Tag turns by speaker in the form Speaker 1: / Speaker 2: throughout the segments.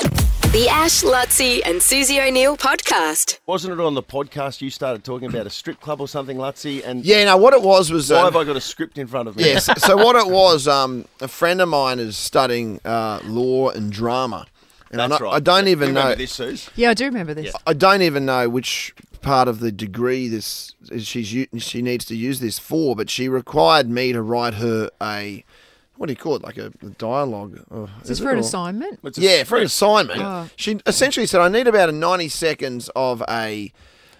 Speaker 1: The Ash, Lutzi, and Susie O'Neill podcast.
Speaker 2: Wasn't it on the podcast you started talking about a strip club or something, Lutzi? And
Speaker 3: Yeah, no, what it was was.
Speaker 2: why
Speaker 3: um,
Speaker 2: have I got a script in front of me?
Speaker 3: yes. So what it was, um, a friend of mine is studying uh, law and drama, and
Speaker 2: That's
Speaker 3: I, don't-
Speaker 2: right.
Speaker 3: I don't
Speaker 2: You
Speaker 3: even
Speaker 2: remember
Speaker 3: know.
Speaker 2: this, Suze?
Speaker 4: Yeah, I do remember this.
Speaker 3: I don't even know which part of the degree this she's u- she needs to use this for, but she required me to write her a what do you call it, like a, a dialogue. Oh,
Speaker 4: Is this
Speaker 3: it
Speaker 4: for an
Speaker 3: or-
Speaker 4: assignment?
Speaker 2: It's a
Speaker 3: Yeah, for
Speaker 2: script.
Speaker 3: an assignment.
Speaker 4: Oh.
Speaker 3: She essentially said, "I need about a ninety seconds of a."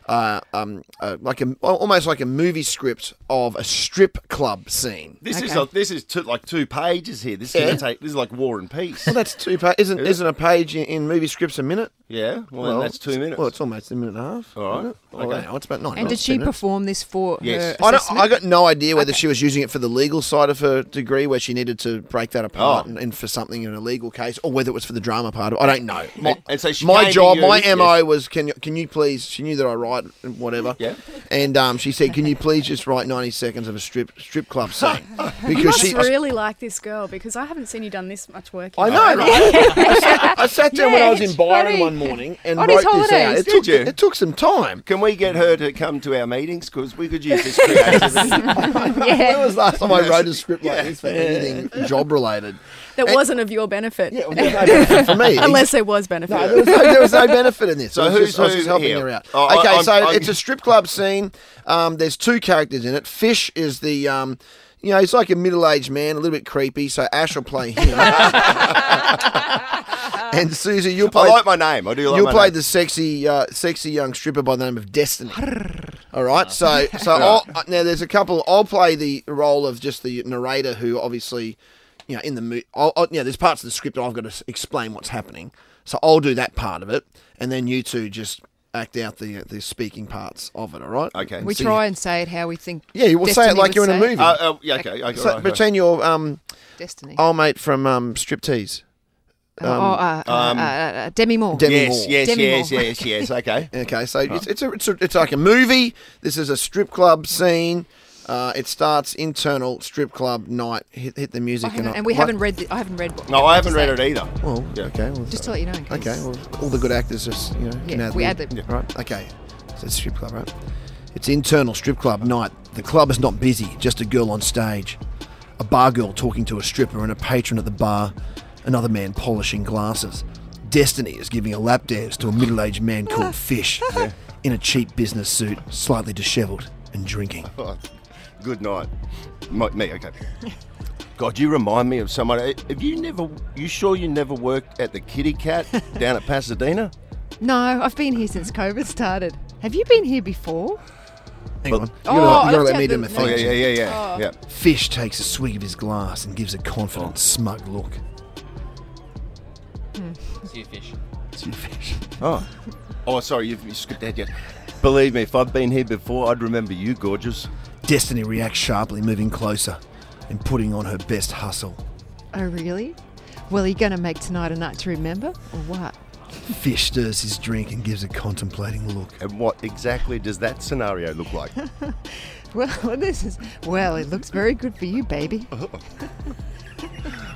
Speaker 3: Uh, um, uh, like a almost like a movie script of a strip club scene.
Speaker 2: This is
Speaker 4: Okay.
Speaker 2: a, this is two, like two pages here. This is
Speaker 3: Yeah.
Speaker 2: gonna take this is like War and Peace.
Speaker 3: Well, that's two. Pa- isn't isn't a page in, in movie scripts a minute?
Speaker 2: yeah, well, then that's two
Speaker 3: it's-
Speaker 2: minutes.
Speaker 3: Well, it's almost a minute and a half.
Speaker 2: All right.
Speaker 3: isn't it? Well,
Speaker 2: Okay.
Speaker 3: no, it's about nine.
Speaker 4: And did
Speaker 3: minutes,
Speaker 4: she
Speaker 3: ten minutes.
Speaker 4: perform this for
Speaker 2: Yes.
Speaker 4: her
Speaker 3: I, don't,
Speaker 4: assessment?
Speaker 3: I got no idea whether she was using it for the legal side of her degree, where she needed to break that apart
Speaker 2: Oh.
Speaker 3: and, and for something in a legal case, or whether it was for the drama part. Of, I don't know. My,
Speaker 2: And- and so she came
Speaker 3: my
Speaker 2: to
Speaker 3: job,
Speaker 2: you-
Speaker 3: my
Speaker 2: yes.
Speaker 3: mo was, can you, can you please? She knew that I write and whatever.
Speaker 2: Yeah.
Speaker 3: And um, she said, can you please just write ninety seconds of a strip strip club scene?
Speaker 5: You must really like this girl because I haven't seen you done this much work.
Speaker 3: I
Speaker 5: yet.
Speaker 3: know, right? I sat, I sat down when I was
Speaker 4: Yeah,
Speaker 3: in Byron
Speaker 4: funny.
Speaker 3: one morning and
Speaker 4: On
Speaker 3: wrote
Speaker 4: his
Speaker 3: this out.
Speaker 4: holidays,
Speaker 3: It
Speaker 4: did
Speaker 3: took,
Speaker 2: you?
Speaker 3: It, took some time.
Speaker 2: Can we get her to come to our meetings because we could use this creativity?
Speaker 3: When was the last time I
Speaker 2: Yes.
Speaker 3: wrote a script like
Speaker 2: Yeah.
Speaker 3: this for anything job related?
Speaker 5: That wasn't of your benefit.
Speaker 3: Yeah, well, there was no benefit for me.
Speaker 5: Unless there was benefit.
Speaker 3: No, there, was no, there was no benefit in this.
Speaker 2: So
Speaker 3: I was
Speaker 2: who's
Speaker 3: just, I was
Speaker 2: who
Speaker 3: just helping
Speaker 2: here?
Speaker 3: her out.
Speaker 2: Oh, I-
Speaker 3: okay,
Speaker 2: I'm-
Speaker 3: so
Speaker 2: I'm-
Speaker 3: it's a strip club scene. Um, there's two characters in it. Fish is the, um, you know, he's like a middle-aged man, a little bit creepy. So Ash will play him. and Susie, you'll
Speaker 2: I
Speaker 3: play.
Speaker 2: like my name. I do like
Speaker 3: You'll
Speaker 2: my
Speaker 3: play
Speaker 2: name.
Speaker 3: the sexy, uh, sexy young stripper by the name of Destiny. All right, so so I'll, uh, now there's a couple. I'll play the role of just the narrator who obviously, you know, in the movie. I'll, I'll, you know, there's parts of the script I've got to s- explain what's happening. So I'll do that part of it, and then you two just act out the the speaking parts of it. All right.
Speaker 2: Okay.
Speaker 3: And
Speaker 4: We
Speaker 3: see-
Speaker 4: try and say it how we think.
Speaker 3: Yeah, you will say it
Speaker 4: Destiny
Speaker 3: like you're in
Speaker 4: would
Speaker 3: a
Speaker 4: say it.
Speaker 3: movie.
Speaker 2: Uh, uh, yeah, okay, okay,
Speaker 3: so
Speaker 2: right, right.
Speaker 3: between your um,
Speaker 4: Destiny. Uh,
Speaker 3: old mate from um, Striptease,
Speaker 4: oh, uh, uh, uh, uh, Demi Moore.
Speaker 3: Um, Demi Moore.
Speaker 2: um, yes, yes,
Speaker 4: Demi
Speaker 2: yes,
Speaker 4: Moore.
Speaker 2: yes, yes. Okay.
Speaker 3: Okay, so it's, it's, a, it's a it's like a movie. This is a strip club scene. Uh, it starts internal strip club night. Hit, hit the
Speaker 4: I
Speaker 3: music,
Speaker 4: haven't-
Speaker 3: I-
Speaker 4: Oh, and we
Speaker 3: what-
Speaker 4: haven't read. The, I haven't read. what-
Speaker 2: No, I haven't
Speaker 4: just
Speaker 2: read
Speaker 4: that.
Speaker 2: it either.
Speaker 3: Well,
Speaker 2: Yeah.
Speaker 3: okay. Well,
Speaker 4: Just to let you know. in case.
Speaker 3: okay. Well, all the good actors just you know can
Speaker 4: Yeah,
Speaker 3: add
Speaker 4: we
Speaker 3: lib.
Speaker 4: ad-lib. Yeah.
Speaker 3: Right. Okay. So it's strip club, right? It's internal strip club night. The club is not busy. Just a girl on stage, a bar girl talking to a stripper and a patron at the bar, another man polishing glasses. Destiny is giving a lap dance to a middle-aged man called Fish, in a cheap business suit, slightly dishevelled and drinking.
Speaker 2: Oh, good night. My, me, okay. God, you remind me of someone. Uh, Have you never? You sure you never worked at the Kitty Cat down at Pasadena?
Speaker 4: No, I've been here since COVID started. Have you been here before?
Speaker 3: Hang
Speaker 2: Well-
Speaker 3: on. You
Speaker 4: Oh,
Speaker 3: gotta, you gotta
Speaker 4: I'll
Speaker 3: let
Speaker 4: tell
Speaker 3: me do my
Speaker 4: them.
Speaker 3: thing.
Speaker 2: Oh yeah, yeah, yeah, yeah. yeah.
Speaker 3: Fish takes a swig of his glass and gives a
Speaker 4: Oh.
Speaker 3: confident, smug look.
Speaker 6: See you fish.
Speaker 3: It's your fish.
Speaker 2: Oh, oh, sorry, you've you skipped that yet. Believe me, if I'd been here before, I'd remember you, gorgeous.
Speaker 3: Destiny reacts sharply, moving closer and putting on her best hustle.
Speaker 4: Oh, really? Well, are you going to make tonight a night to remember, or what?
Speaker 3: Fish stirs his drink and gives a contemplating look.
Speaker 2: And what exactly does that scenario look like?
Speaker 4: Well, this is. Well, it looks very good for you, baby.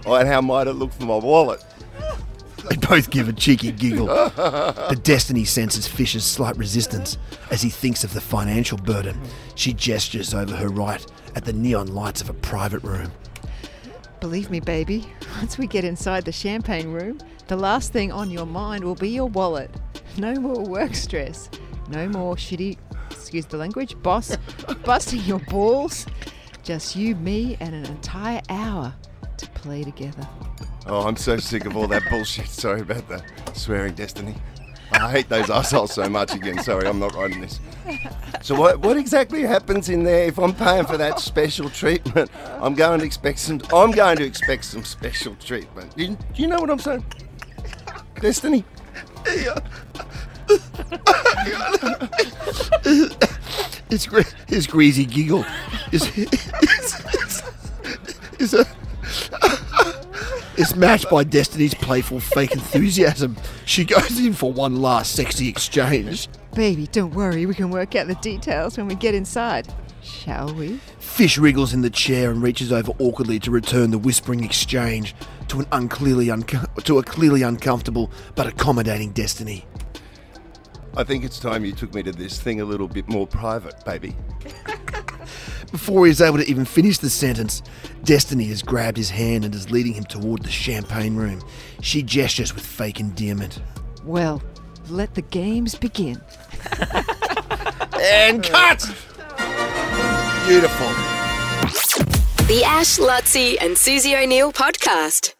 Speaker 2: oh, and how might it look for my wallet?
Speaker 3: They both give a cheeky giggle. But Destiny senses Fish's slight resistance as he thinks of the financial burden. She gestures over her right at the neon lights of a private room.
Speaker 4: Believe me, baby, once we get inside the champagne room, the last thing on your mind will be your wallet. No more work stress. No more shitty, excuse the language, boss busting your balls. Just you, me, and an entire hour to play together.
Speaker 2: Oh, I'm so sick of all that bullshit. Sorry about the swearing, Destiny. I hate those assholes so much again. Sorry, I'm not writing this. So what, what exactly happens in there if I'm paying for that special treatment? I'm going to expect some. I'm going to expect some special treatment. You- Do you know what I'm saying, Destiny?
Speaker 3: His, gre- his greasy giggle is is, is a is matched by Destiny's playful fake enthusiasm. She goes in for one last sexy exchange.
Speaker 4: Baby, don't worry, we can work out the details when we get inside. Shall we?
Speaker 3: Fish wriggles in the chair and reaches over awkwardly to return the whispering exchange to an unclearly unco- to a clearly uncomfortable but accommodating destiny.
Speaker 2: I think it's time you took me to this thing a little bit more private, baby.
Speaker 3: Before he is able to even finish the sentence, Destiny has grabbed his hand and is leading him toward the champagne room. She gestures with fake endearment.
Speaker 4: Well, let the games begin.
Speaker 3: And cut! Beautiful.
Speaker 1: The Ash, Lutzi, and Susie O'Neill podcast.